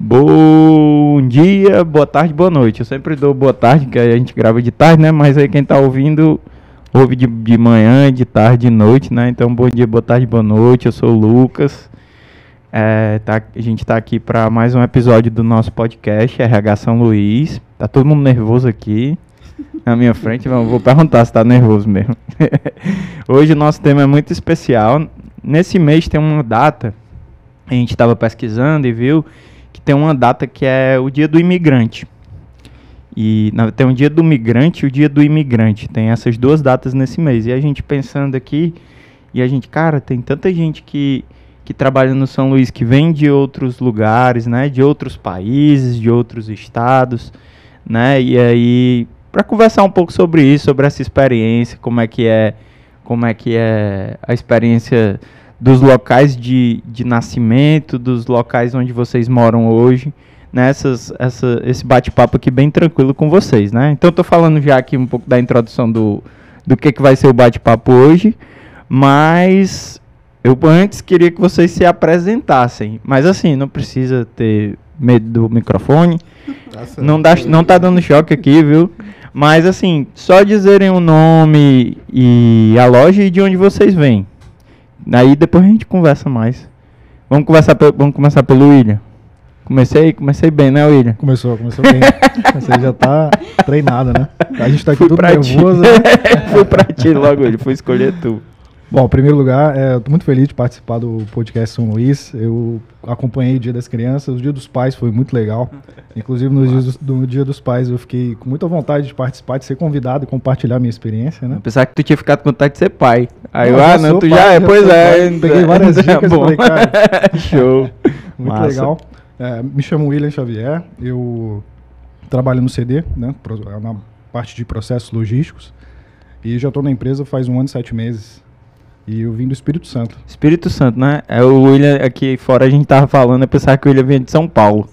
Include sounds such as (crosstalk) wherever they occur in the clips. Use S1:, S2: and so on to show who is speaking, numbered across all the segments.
S1: Bom dia, boa tarde, boa noite. Eu sempre dou boa tarde, que a gente grava de tarde, né? Mas aí quem tá ouvindo, ouve de, de manhã, de tarde, de noite, né? Então, bom dia, boa tarde, boa noite. Eu sou o Lucas. É, tá- a gente tá aqui para mais um episódio do nosso podcast, RH São Luís. Tá todo mundo nervoso aqui na minha frente. Vamos- Vou perguntar se tá nervoso mesmo. (laughs) Hoje o nosso tema é muito especial. Nesse mês tem uma data, a gente estava pesquisando e viu que tem uma data que é o dia do imigrante. E na- tem o dia do migrante e o dia do imigrante. Tem essas duas datas nesse mês. E a gente pensando aqui, e a gente, cara, tem tanta gente que, que trabalha no São Luís que vem de outros lugares, né? De outros países, de outros estados, né? E aí, para conversar um pouco sobre isso, sobre essa experiência, como é que é, como é que é a experiência dos locais de, de nascimento, dos locais onde vocês moram hoje, né? Essas, essa, esse bate-papo aqui bem tranquilo com vocês, né? Então, eu tô falando já aqui um pouco da introdução do, do que, que vai ser o bate-papo hoje, mas eu antes queria que vocês se apresentassem. Mas assim, não precisa ter medo do microfone,
S2: Nossa,
S1: não, dá, não tá dando choque aqui, viu? Mas assim, só dizerem o nome e a loja e de onde vocês vêm. Aí depois a gente conversa mais. Vamos conversar pe- vamos começar pelo William. Comecei, comecei bem, né, William?
S2: Começou,
S1: (laughs)
S2: começou bem. Você já tá treinado, né? A gente tá aqui
S1: Fui
S2: tudo
S1: pra ti.
S2: nervoso. né?
S1: (laughs) Fui pra ti logo, ele foi escolher tu.
S2: Bom, em primeiro lugar, é, eu tô muito feliz de participar do podcast São Luís. Eu acompanhei o Dia das Crianças, o Dia dos Pais foi muito legal. Inclusive, no dia, dos- no dia dos Pais, eu fiquei com muita vontade de participar, de ser convidado e compartilhar minha experiência, né?
S1: Pensar que tu tinha ficado com vontade de ser pai. Aí, eu,
S2: Não, eu
S1: ah,
S2: já
S1: não,
S2: sou
S1: tu
S2: pai,
S1: já é,
S2: já
S1: pois
S2: sou
S1: é.
S2: pai. Peguei várias
S1: ainda é
S2: dicas,
S1: bom.
S2: falei, cara.
S1: (laughs) Show.
S2: Muito
S1: Massa.
S2: legal. É, me chamo William Xavier, eu trabalho no CD, né, pro- na parte de processos logísticos, e já estou na empresa faz um ano e sete meses. E eu vim do Espírito Santo.
S1: Espírito Santo, né? É o William aqui fora a gente tava falando, eu pensava que o William vinha de São
S2: (laughs)
S1: Paulo.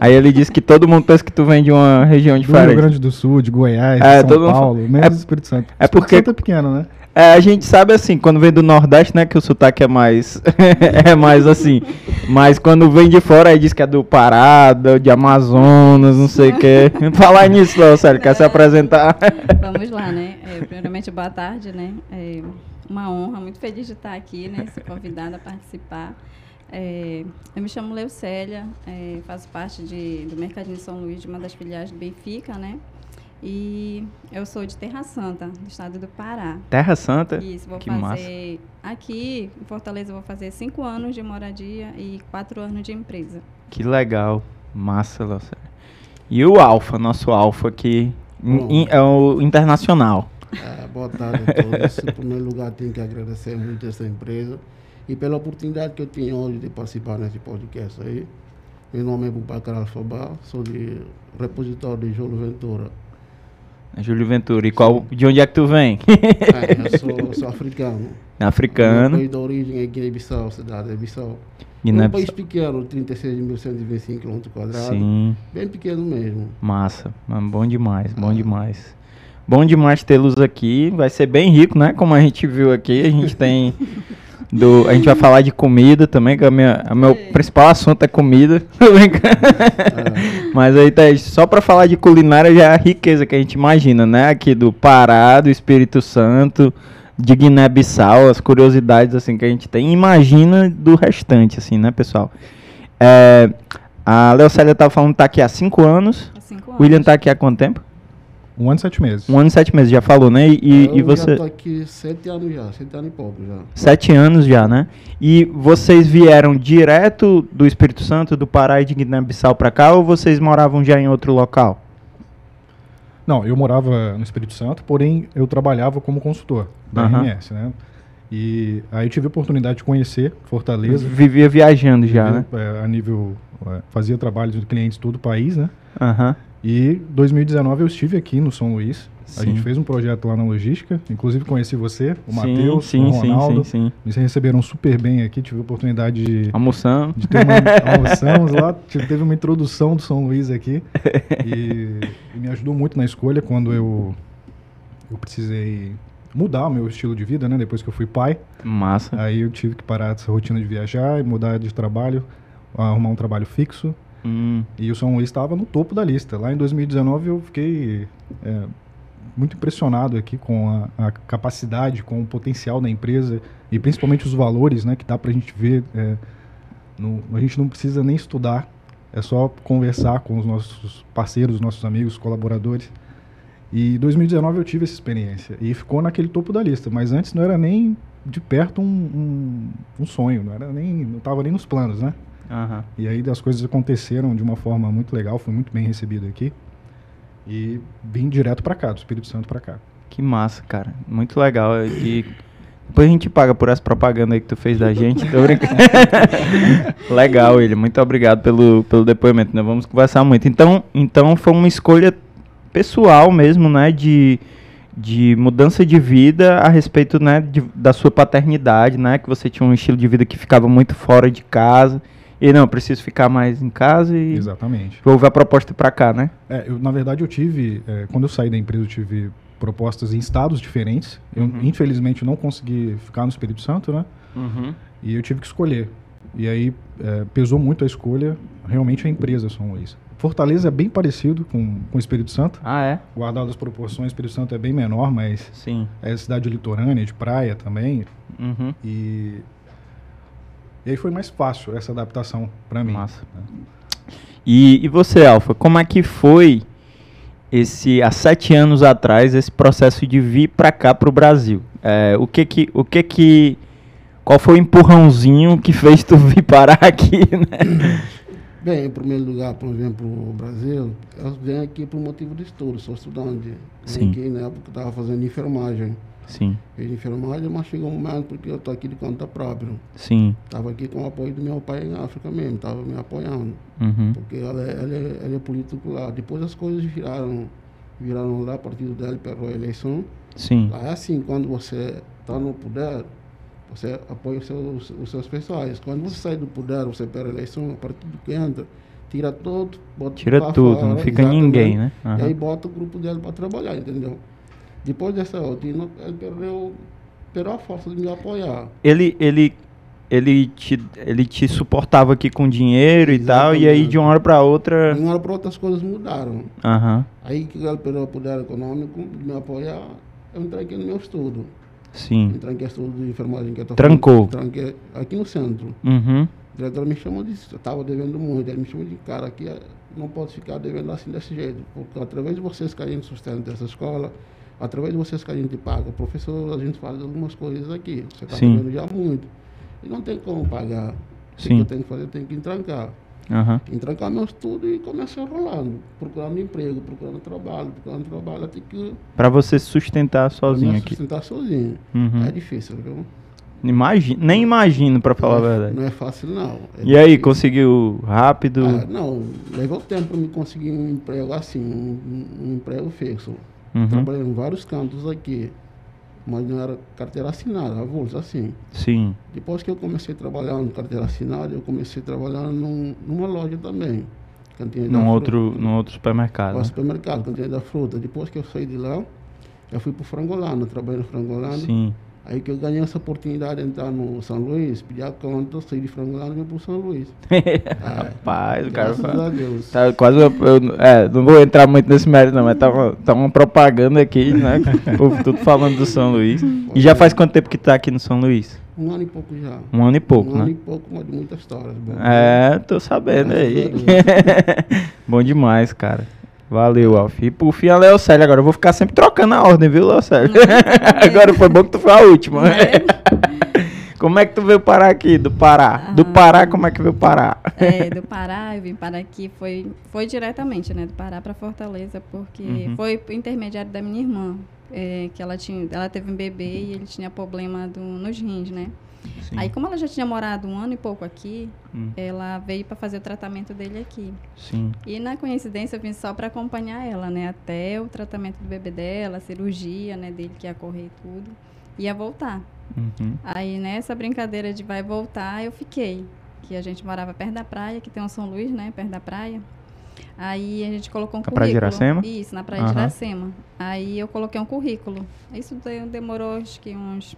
S1: Aí ele disse que todo mundo pensa que tu vem de uma região
S2: Do Rio
S1: diferente.
S2: Grande do Sul, de Goiás,
S1: É,
S2: de
S1: todo
S2: São
S1: mundo fa-
S2: Paulo, menos
S1: é-
S2: do Espírito Santo.
S1: é porque-
S2: O Espírito Santo é pequeno, né?
S1: É, a gente sabe assim, quando vem do Nordeste, né, que o sotaque é mais (laughs) é mais assim. Mas quando vem de fora aí diz que é do Pará, do- de Amazonas, não sei o
S2: (laughs)
S1: quê. Falar nisso, não, sério, quer se apresentar?
S3: Vamos lá, né? É, primeiramente, boa tarde, né? É uma honra, muito feliz de estar aqui, né? Ser convidada a participar. É, eu me chamo Leucélia, é, faço parte de, do Mercadinho São Luís, de uma das filiais do Benfica, né? E eu sou de Terra Santa, do estado do Pará.
S1: Terra Santa?
S3: Isso, vou
S1: que
S3: fazer aqui em Fortaleza, eu vou fazer cinco anos de moradia e quatro anos de empresa.
S1: Que legal. Massa, nossa. E o Alfa, nosso Alfa aqui, in- in- é o internacional.
S4: Ah, boa tarde a todos. Em primeiro lugar, tenho que agradecer muito essa empresa e pela oportunidade que eu tenho hoje de participar nesse podcast aí. Meu nome é Bubacar Alfabá, sou de repositório de
S1: (laughs)
S4: Jolo Ventura.
S1: Júlio Ventura, e qual, de onde é que tu vem? (laughs)
S4: Ah, eu sou, sou africano. Meu
S1: Africano, é
S4: país de origem é Guiné-Bissau, cidade de Bissau.
S1: Guiné
S4: um país pequeno, 36.125 km,
S1: Sim,
S4: bem pequeno
S1: (laughs)
S4: mesmo.
S1: massa. Mano, bom demais, bom demais. Bom demais tê-los aqui. Vai ser bem rico, né? Como a gente viu aqui, a gente tem. Do, a gente vai falar de comida também, que é o meu principal assunto é comida. (laughs) Tô
S4: Tá
S1: brincando.
S4: É,
S1: Mas aí, Thaís, só pra falar de culinária já é a riqueza que a gente imagina, né? Aqui do Pará, do Espírito Santo, de Guiné-Bissau, as curiosidades assim que a gente tem. Imagina do restante, assim, né, pessoal? É, a Leocélia tava falando que tá aqui há cinco anos.
S3: Há cinco anos.
S1: O William tá aqui há quanto tempo?
S2: Um ano e sete meses.
S1: Um ano e sete meses, já falou, né? E- E,
S4: É, eu
S1: e
S4: já
S1: você.
S4: estou aqui sete anos já, sete anos e pouco já.
S1: Sete anos já, né? E vocês vieram direto do Espírito Santo, do Pará e de Guiné-Bissau pra cá, ou vocês moravam já em outro local?
S2: Não, eu morava no Espírito Santo, porém eu trabalhava como consultor da
S1: Aham.
S2: RMS, né? E aí eu tive a oportunidade de conhecer Fortaleza.
S1: Vivia viajando já, né?
S2: É, a nível. é, fazia trabalho de clientes de todo o país, né?
S1: Aham.
S2: E 2019 eu estive aqui no São Luís. A
S1: Sim.
S2: gente fez um projeto lá na logística. Inclusive conheci você, o
S1: Sim,
S2: Matheus,
S1: sim,
S2: o
S1: sim,
S2: Ronaldo.
S1: sim, sim.
S2: Eles receberam super bem aqui. Tive a oportunidade de,
S1: Almoçando. (laughs)
S2: de ter uma. almoçamos lá. Tive- Teve uma introdução do São
S1: (laughs)
S2: Luís aqui. E, e me ajudou muito na escolha quando eu, eu precisei mudar o meu estilo de vida, né? Depois que eu fui pai.
S1: Massa.
S2: Aí eu tive que parar dessa rotina de viajar e mudar de trabalho, arrumar um trabalho fixo.
S1: Hum,
S2: E o São Luís estava no topo da lista. Lá em 2019 eu fiquei é, muito impressionado aqui com a, a capacidade, com o potencial da empresa e principalmente os valores, né, que dá para a gente ver. é, no- a gente não precisa nem estudar, é só conversar com os nossos parceiros, nossos amigos, colaboradores. E em 2019 eu tive essa experiência e ficou naquele topo da lista, mas antes não era nem de perto um, um, um sonho, não era nem, não estava nem nos planos, né?
S1: aham.
S2: E aí as coisas aconteceram de uma forma muito legal, fui muito bem recebido aqui. E vim direto pra cá, do Espírito Santo pra cá.
S1: Que massa, cara. Muito legal. E depois a gente paga por essa propaganda aí que tu fez da gente. Tô brincando. (laughs) legal, ele. Muito obrigado pelo, pelo depoimento. Nós vamos conversar muito. Então, então foi uma escolha pessoal mesmo, né? De, de mudança de vida a respeito né, de- da sua paternidade, né? Que você tinha um estilo de vida que ficava muito fora de casa. E não, eu preciso ficar mais em casa e
S2: Exatamente.
S1: houve a proposta pra cá, né?
S2: É, eu, na verdade, eu tive, é, quando eu saí da empresa, eu tive propostas em estados diferentes. Eu,
S1: Uhum.
S2: infelizmente, não consegui ficar no Espírito Santo, né?
S1: Uhum.
S2: E eu tive que escolher. E aí é, pesou muito a escolha, realmente a empresa São Luís. Fortaleza é bem parecido com, com o Espírito Santo.
S1: Ah, é?
S2: Guardado as proporções, o Espírito Santo é bem menor, mas
S1: Sim.
S2: é cidade litorânea, de praia também.
S1: Uhum.
S2: E, e aí foi mais fácil essa adaptação pra mim. né?
S1: Massa. E, e você, Alfa, como é que foi esse há sete anos atrás esse processo de vir para cá para o Brasil? É, o que que, o que que, qual foi o empurrãozinho que fez tu vir parar (laughs) aqui, né?
S4: Bem, em primeiro lugar, por exemplo, o Brasil, eu venho aqui por motivo de estudo, sou estudante.
S1: Sim.
S4: Vim aqui né, na época estava fazendo enfermagem.
S1: Sim,
S4: Fiz enfermagem, mas chegou um momento porque eu estou aqui de conta própria.
S1: sim,
S4: Estava aqui com o apoio do meu pai em África mesmo, estava me apoiando.
S1: uhum,
S4: Porque ela, é- ela, é- ela é político lá. Depois as coisas viraram, viraram lá, o partido dela perdeu a eleição.
S1: sim,
S4: Lá é assim, quando você está no poder, você apoia os seus, os seus pessoais. Quando você sai do poder, você perde a eleição, a partir do que entra, tira tudo, bota
S1: tira
S4: pra
S1: tudo, não
S4: fora,
S1: fica
S4: exatamente.
S1: ninguém, né?
S4: E aí
S1: Aham.
S4: bota o grupo dele para trabalhar, entendeu? Depois dessa rotina, ele perdeu, perdeu a força de me apoiar.
S1: Ele, ele, ele te, ele te suportava aqui com dinheiro e tal, e aí de uma hora para outra,
S4: De uma hora para outra as coisas mudaram.
S1: aham,
S4: Aí que ele perdeu o poder econômico de me apoiar, eu entreguei no meu estudo.
S1: sim,
S4: Entreguei estudo de enfermagem que eu tô
S1: Hum. Trancou.
S4: fazendo, tranquei aqui no centro.
S1: uhum,
S4: O diretor me chamou de. Eu estava devendo muito. Ele me chamou de cara aqui, eh, não pode ficar devendo assim desse jeito. Porque através de vocês que a gente sustenta essa escola, através de vocês que a gente paga, professor, a gente faz algumas coisas aqui. Você está
S1: Sim.
S4: devendo já muito. E não tem como pagar. O que
S1: Sim.
S4: eu tenho que fazer? Eu tenho que entrancar.
S1: aham,
S4: Entrancar meu estudo e começar rolando. Procurando emprego, procurando trabalho, procurando trabalho. Até que
S1: para você se sustentar
S4: eu
S1: sozinho
S4: me
S1: aqui.
S4: sustentar sozinho.
S1: Uhum.
S4: É difícil, viu?
S1: Imagi- nem imagino, pra falar a
S4: não, é-
S1: verdade.
S4: não é fácil, não. É
S1: E aí, conseguiu rápido?
S4: Ah, não, levou tempo para me conseguir um emprego assim, um, um- um emprego fixo.
S1: Uhum,
S4: Trabalhei em vários cantos aqui, mas não era carteira assinada, avulso assim.
S1: Sim.
S4: Depois que eu comecei a trabalhar no carteira assinada, eu comecei a trabalhar num- numa loja também. Cantina da
S1: Num
S4: Fruta,
S1: outro, num outro supermercado.
S4: ao
S1: né?
S4: supermercado, cantina da fruta. Depois que eu saí de lá, eu fui para o Frangolano, trabalhei no Frangolano. (laughs)
S1: Sim. (laughs)
S4: Aí que eu ganhei essa oportunidade de entrar no São Luís, pedir a conta, saí de Frangolano e vim para o São Luís.
S1: Rapaz, o cara
S4: Graças
S1: fala.
S4: a Deus.
S1: Tá quase. eu- eu- é, não vou entrar muito nesse mérito, não, mas tá uma, tá uma propaganda aqui,
S4: (laughs)
S1: né? O povo tudo falando do São Luís. E já faz quanto tempo que tá aqui no São Luís?
S4: Um ano e pouco já.
S1: Um ano e pouco,
S4: um ano
S1: né?
S4: e pouco, mas de muitas histórias. bom.
S1: É, tô sabendo aí. (laughs) Bom demais, cara. Valeu, Alf. E por fim, a Leocélia agora. Eu vou ficar sempre trocando a ordem, viu, Leocélia? (laughs) agora foi bom que tu foi a última.
S3: É.
S1: (laughs) como é que tu veio parar aqui, do Pará? Do
S3: Ah.
S1: Pará, como é que veio parar?
S3: É, do Pará, eu vim para aqui, foi, foi diretamente, né, do Pará para Fortaleza, porque
S1: Uhum.
S3: foi por intermediário da minha irmã, é, que ela tinha, ela teve um bebê e ele tinha problema do, nos rins, né? Aí como ela já tinha morado um ano e pouco aqui,
S1: Hum.
S3: ela veio para fazer o tratamento dele aqui.
S1: Sim.
S3: E na coincidência eu vim só para acompanhar ela, né, até o tratamento do bebê dela, a cirurgia, né, dele que ia correr e tudo, ia voltar.
S1: Uhum.
S3: Aí nessa brincadeira de vai voltar, eu fiquei. Que a gente morava perto da praia, que tem um São Luís, né? Perto da praia. Aí a gente colocou um
S1: Na
S3: currículo.
S1: praia de Iracema?
S3: Isso, na praia
S1: Aham.
S3: de Iracema. Aí eu coloquei um currículo. Isso de- demorou acho que uns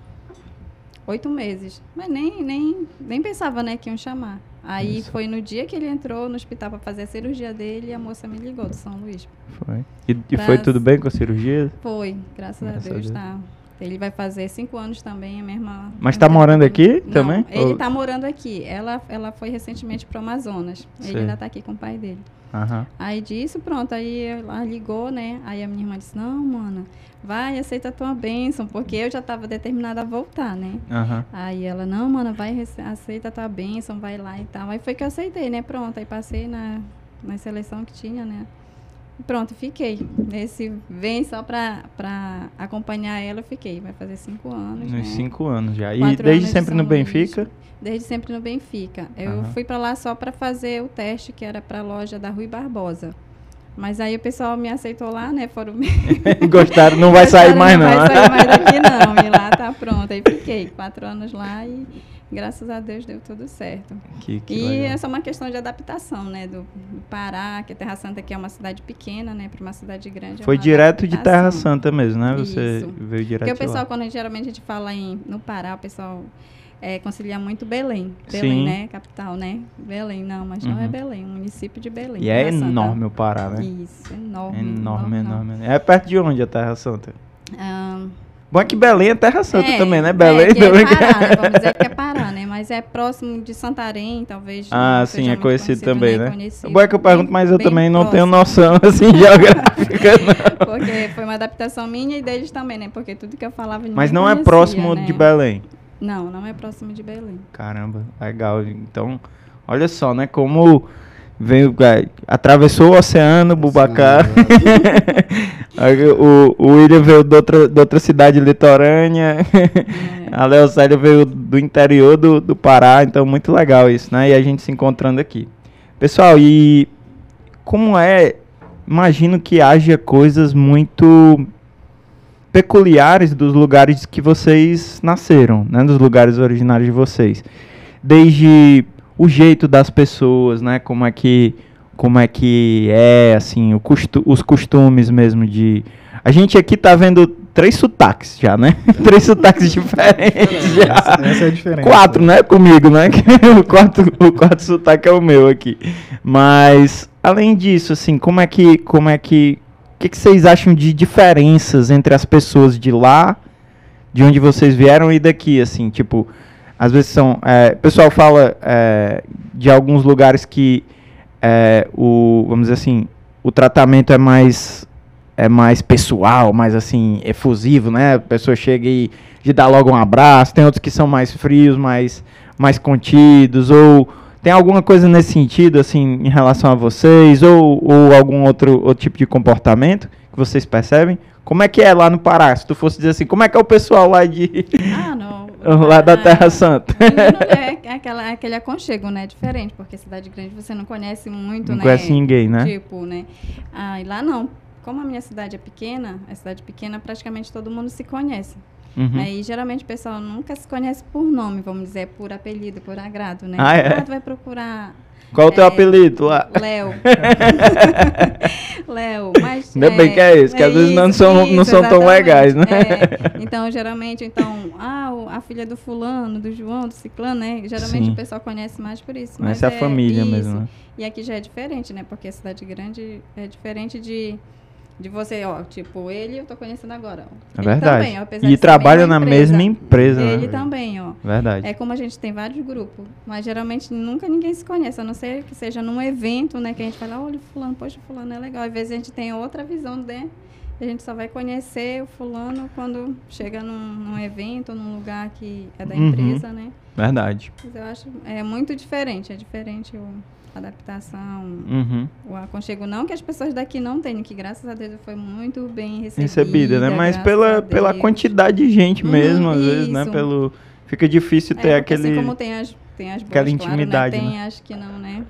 S3: oito meses. Mas nem, nem, nem pensava, né, que iam chamar. Aí
S1: Isso.
S3: foi no dia que ele entrou no hospital para fazer a cirurgia dele, a moça me ligou do São Luís.
S1: Foi. E, e foi
S3: Pra-
S1: tudo bem com a cirurgia?
S3: Foi, graças,
S1: Graças a
S3: a
S1: Deus.
S3: Deus, tá. Ele vai fazer cinco anos também, a mesma.
S1: Mas tá morando aqui
S3: Não,
S1: também?
S3: Ele
S1: Ou-
S3: tá morando aqui. Ela, ela foi recentemente pro Amazonas.
S1: Sei.
S3: Ele ainda tá aqui com o pai dele.
S1: Aham.
S3: Aí disso, pronto, aí ela ligou, né? Aí a minha irmã disse, não, mana, vai, aceita a tua bênção, porque eu já estava determinada a voltar, né?
S1: Aham.
S3: Aí ela, não, mana, vai, rece- aceita a tua bênção, vai lá e tal. Aí foi que eu aceitei, né? Pronto, aí passei na, na seleção que tinha, né? E Pronto, fiquei. Nesse vem só pra, pra acompanhar ela, eu fiquei. Vai fazer cinco anos, né?
S1: Uns cinco anos já. E
S3: Quatro
S1: desde
S3: anos de
S1: sempre
S3: São
S1: no
S3: Luís.
S1: Benfica?
S3: Desde sempre no Benfica. Eu
S1: Aham.
S3: fui para lá só para fazer o teste que era para a loja da Rui Barbosa. Mas aí o pessoal me aceitou lá, né? Foram
S1: (laughs) Gostaram, não vai sair mais não. né?
S3: Não vai sair mais daqui não. E lá tá pronto. Aí fiquei quatro anos lá e graças a Deus deu tudo certo.
S1: Que, que
S3: e
S1: legal.
S3: é só uma questão de adaptação, né? Do, do Pará, que Terra Santa aqui é uma cidade pequena, né? Para uma cidade grande. é
S1: Foi
S3: uma
S1: direto de Terra
S3: adaptação.
S1: Santa mesmo, né? Você
S3: Isso.
S1: veio direto
S3: Porque o
S1: de lá.
S3: pessoal, quando geralmente a gente fala em, no Pará, o pessoal é, concilia muito Belém. Belém,
S1: Sim.
S3: né? Capital, né? Belém, não, mas não é
S1: Uhum.
S3: Belém, o município de Belém.
S1: E é
S3: Terra Santa.
S1: enorme o Pará, né?
S3: Isso, enorme.
S1: Enorme, enorme. É perto de onde a Terra Santa?
S3: Ah,
S1: Bom, é que Belém é Terra Santa
S3: é,
S1: também, né?
S3: é,
S1: Belém
S3: que é
S1: também. (laughs)
S3: Pará, né? Vamos dizer que é Pará, né? Mas é próximo de Santarém, talvez.
S1: Ah,
S3: não
S1: sim,
S3: seja
S1: é
S3: muito
S1: conhecido também, né?
S3: conhecido.
S1: Bom, é que eu pergunto, mas eu
S3: Bem
S1: também não
S3: próximo.
S1: tenho noção, (laughs) assim,
S3: (laughs)
S1: geográfica, não.
S3: Porque foi uma adaptação minha e deles também, né? Porque tudo que eu falava ninguém
S1: Mas não é
S3: conhecia,
S1: próximo
S3: né?
S1: de Belém.
S3: Não, não é próximo de Belém.
S1: (laughs) Caramba, legal. Então, olha só, né? Como veio, é, atravessou o oceano, Bubacar. (laughs)
S4: é.
S1: Aí o, o William veio de outra, de outra cidade litorânea. A Leocélia veio do interior do, do Pará. Então, muito legal isso, né? E a gente se encontrando aqui. Pessoal, e como é. Imagino que haja coisas muito peculiares dos lugares que vocês nasceram, né? Dos lugares originários de vocês. Desde o jeito das pessoas, né? Como é que como é que é assim, o costu- os costumes mesmo de A gente aqui tá vendo três sotaques já, né? (laughs) três sotaques diferentes já.
S2: Essa, essa é a diferença.
S1: Quatro, né? Comigo, né? (laughs) Que o, quarto, o quarto sotaque é o meu aqui. Mas, além disso, assim, como é que. Como é que. O que, que vocês acham de diferenças entre as pessoas de lá, de onde vocês vieram e daqui, assim? Tipo, às vezes são. é, o pessoal fala é, de alguns lugares que é, o. Vamos dizer assim. O tratamento é mais. É mais pessoal, mais assim, efusivo, né? A pessoa chega e de dar logo um abraço, tem outros que são mais frios, mais, mais contidos, ou tem alguma coisa nesse sentido, assim, em relação a vocês, ou, ou algum outro, outro tipo de comportamento que vocês percebem? Como é que é lá no Pará? Se tu fosse dizer assim, como é que é o pessoal lá de (laughs)
S3: Ah, não.
S1: lá da
S3: Ah,
S1: Terra Santa?
S3: É aquela, aquele aconchego, né? Diferente, porque cidade grande você não conhece muito,
S1: Não
S3: né?
S1: conhece ninguém, né?
S3: Tipo, né? Ah, e lá não. Como a minha cidade é pequena, a cidade pequena praticamente todo mundo se conhece.
S1: Uhum.
S3: Né? E geralmente o pessoal nunca se conhece por nome, vamos dizer, por apelido, por agrado, né?
S1: Ah, é?
S3: tu vai procurar
S1: Qual o teu
S3: é,
S1: apelido lá?
S3: Léo.
S1: (laughs)
S3: Léo, mas.
S1: Ainda bem que é esse, que às vezes não são- não são tão
S3: exatamente.
S1: legais, né? (laughs)
S3: É, Então, geralmente, então, ah, o- a filha do fulano, do João, do Ciclano, né? Geralmente
S1: Sim.
S3: o pessoal conhece mais por isso. mas
S1: Essa é a família
S3: isso.
S1: mesmo. né?
S3: E aqui já é diferente, né? Porque a cidade grande é diferente de. De você, ó, tipo, ele eu tô conhecendo agora. ó.
S1: É
S3: Ele
S1: verdade.
S3: também, ó, apesar de
S1: E
S3: ser
S1: trabalha na
S3: empresa.
S1: mesma empresa,
S3: Ele
S1: né?
S3: também, ó.
S1: Verdade.
S3: É como a gente tem vários grupos, mas geralmente nunca ninguém se conhece, a não ser que seja num evento, né? Que a gente fala, olha, fulano, poxa, fulano é legal. Às vezes a gente tem outra visão, né? E A gente só vai conhecer o fulano quando chega num, num evento, num lugar que é da
S1: Uhum.
S3: empresa, né?
S1: Verdade.
S3: Mas eu acho é muito diferente, é diferente o, a adaptação,
S1: Uhum.
S3: o aconchego. Não que as pessoas daqui não tenham, que graças a Deus foi muito bem recebida.
S1: recebida, né? Mas
S3: graças a
S1: pela, pela
S3: Deus.
S1: quantidade de gente
S3: Uhum,
S1: mesmo, às vezes, né?
S3: isso.
S1: Pelo fica difícil ter
S3: É, porque
S1: aquele.
S3: Assim como tem as, tem as boas,
S1: aquela
S3: claro, né?
S1: intimidade,
S3: Tem as que não, né?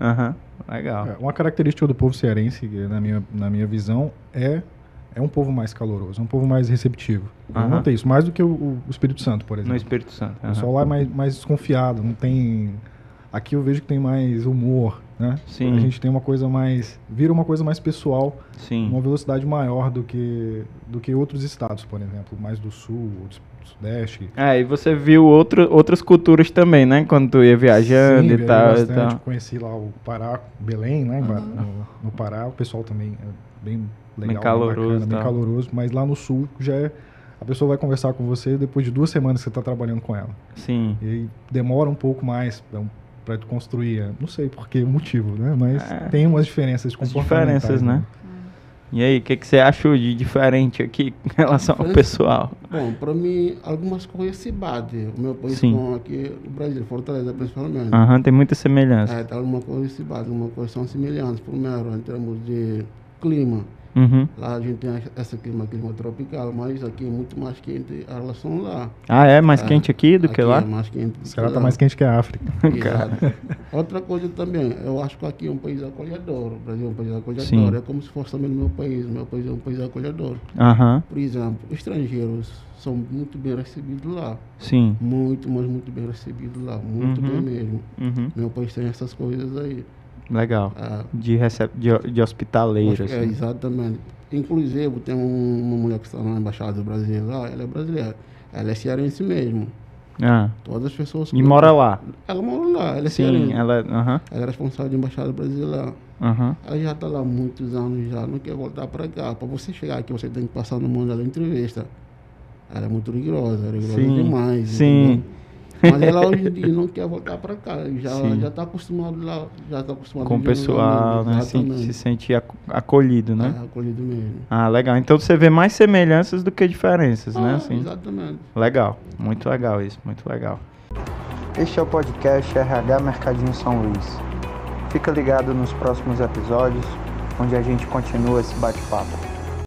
S1: Aham, legal.
S2: É, Uma característica do povo cearense, que na minha, na minha visão, é, é um povo mais caloroso, é um povo mais receptivo. Eu
S1: Aham.
S2: notei isso, mais do que o, o Espírito Santo, por
S1: No
S2: exemplo.
S1: Espírito Santo.
S2: O
S1: aham.
S2: pessoal lá é mais, mais desconfiado, não tem Aqui eu vejo que tem mais humor, né?
S1: Sim.
S2: A gente tem uma coisa mais. Vira uma coisa mais pessoal, uma
S1: Sim.
S2: velocidade maior do que, do que outros estados, por exemplo, mais do sul, outros do sudeste.
S1: Ah, e você viu outro, outras culturas também, né? Quando tu ia viajando
S2: Sim,
S1: e tal.
S2: viajei
S1: então. e
S2: bastante,
S1: tal.
S2: Conheci lá o Pará, Belém, né? em Ba- No, no Pará, o pessoal também é bem legal, bem
S1: caloroso então. e
S2: bacana, bem
S1: tal.
S2: caloroso. Mas lá no sul já é. A pessoa vai conversar com você depois de duas semanas que você está trabalhando com ela.
S1: Sim.
S2: E aí demora um pouco mais pra, pra tu construir. eh, Não sei por que motivo, né? Mas
S1: É.
S2: tem umas diferenças
S1: As
S2: comportamentais.
S1: diferenças,
S3: Uhum.
S1: né? E aí, o que, que você achou de diferente aqui (laughs) em relação ao
S4: Diferente?
S1: pessoal?
S4: Bom, para mim, algumas coisas se batem. O meu país
S1: Sim. Ah,
S4: com aqui, o Brasil, Fortaleza principalmente.
S1: Aham, tem muita semelhança.
S4: É, tá alguma coisa se bate, alguma coisa são semelhantes. Primeiro, em termos de clima.
S1: Uhum.
S4: Lá a gente tem esse clima, clima tropical, mas aqui é muito mais quente a relação lá.
S1: Ah, é mais
S4: É,
S1: quente aqui do que
S4: Aqui
S1: lá?
S4: É mais quente. do
S2: Esse
S4: que
S2: cara tá
S1: (laughs)
S4: lá.
S2: mais quente que a África.
S4: Exato. Outra coisa também, eu acho que aqui é um país acolhedor. O Brasil é um país acolhedor.
S1: Sim.
S4: É como se fosse também o meu país. Meu país é um país acolhedor.
S1: Aham,
S4: Por exemplo, estrangeiros são muito bem recebidos lá.
S1: sim.
S4: Muito, mas muito bem recebidos lá. Muito
S1: Uhum.
S4: bem mesmo.
S1: Uhum.
S4: Meu país tem essas coisas aí.
S1: Legal.
S4: Ah,
S1: De, recep... de, de hospitaleiro,
S4: É,
S1: assim.
S4: exatamente. Inclusive, tem um- uma mulher que está na Embaixada do Brasil lá, ela é brasileira. Ela é cearense mesmo.
S1: Ah,
S4: Todas as pessoas.
S1: e mora lá.
S4: Ela mora lá, ela é
S1: Sim,
S4: cearense. Ela...
S1: ela. Aham,
S4: é responsável da Embaixada brasileira.
S1: aham.
S4: Ela já está lá há muitos anos já, não quer voltar para cá. Para você chegar aqui, você tem que passar no mundo da entrevista. Ela é muito rigorosa, rigorosa
S1: Sim,
S4: demais.
S1: sim.
S4: entendeu? Mas ela
S1: (laughs)
S4: hoje em dia não quer voltar para cá.
S1: Sim.
S4: Já está acostumada lá, já tá está acostumada
S1: Com o pessoal, né? Se, se sentir aco- acolhido, né?
S4: É, acolhido mesmo.
S1: Ah, legal. Então você vê mais semelhanças do que diferenças, né?
S4: Ah,
S1: Assim.
S4: Exatamente.
S1: Legal, muito legal isso, muito legal.
S5: Este é o podcast RH Mercadinho São Luís. Fica ligado nos próximos episódios, onde a gente continua esse bate-papo.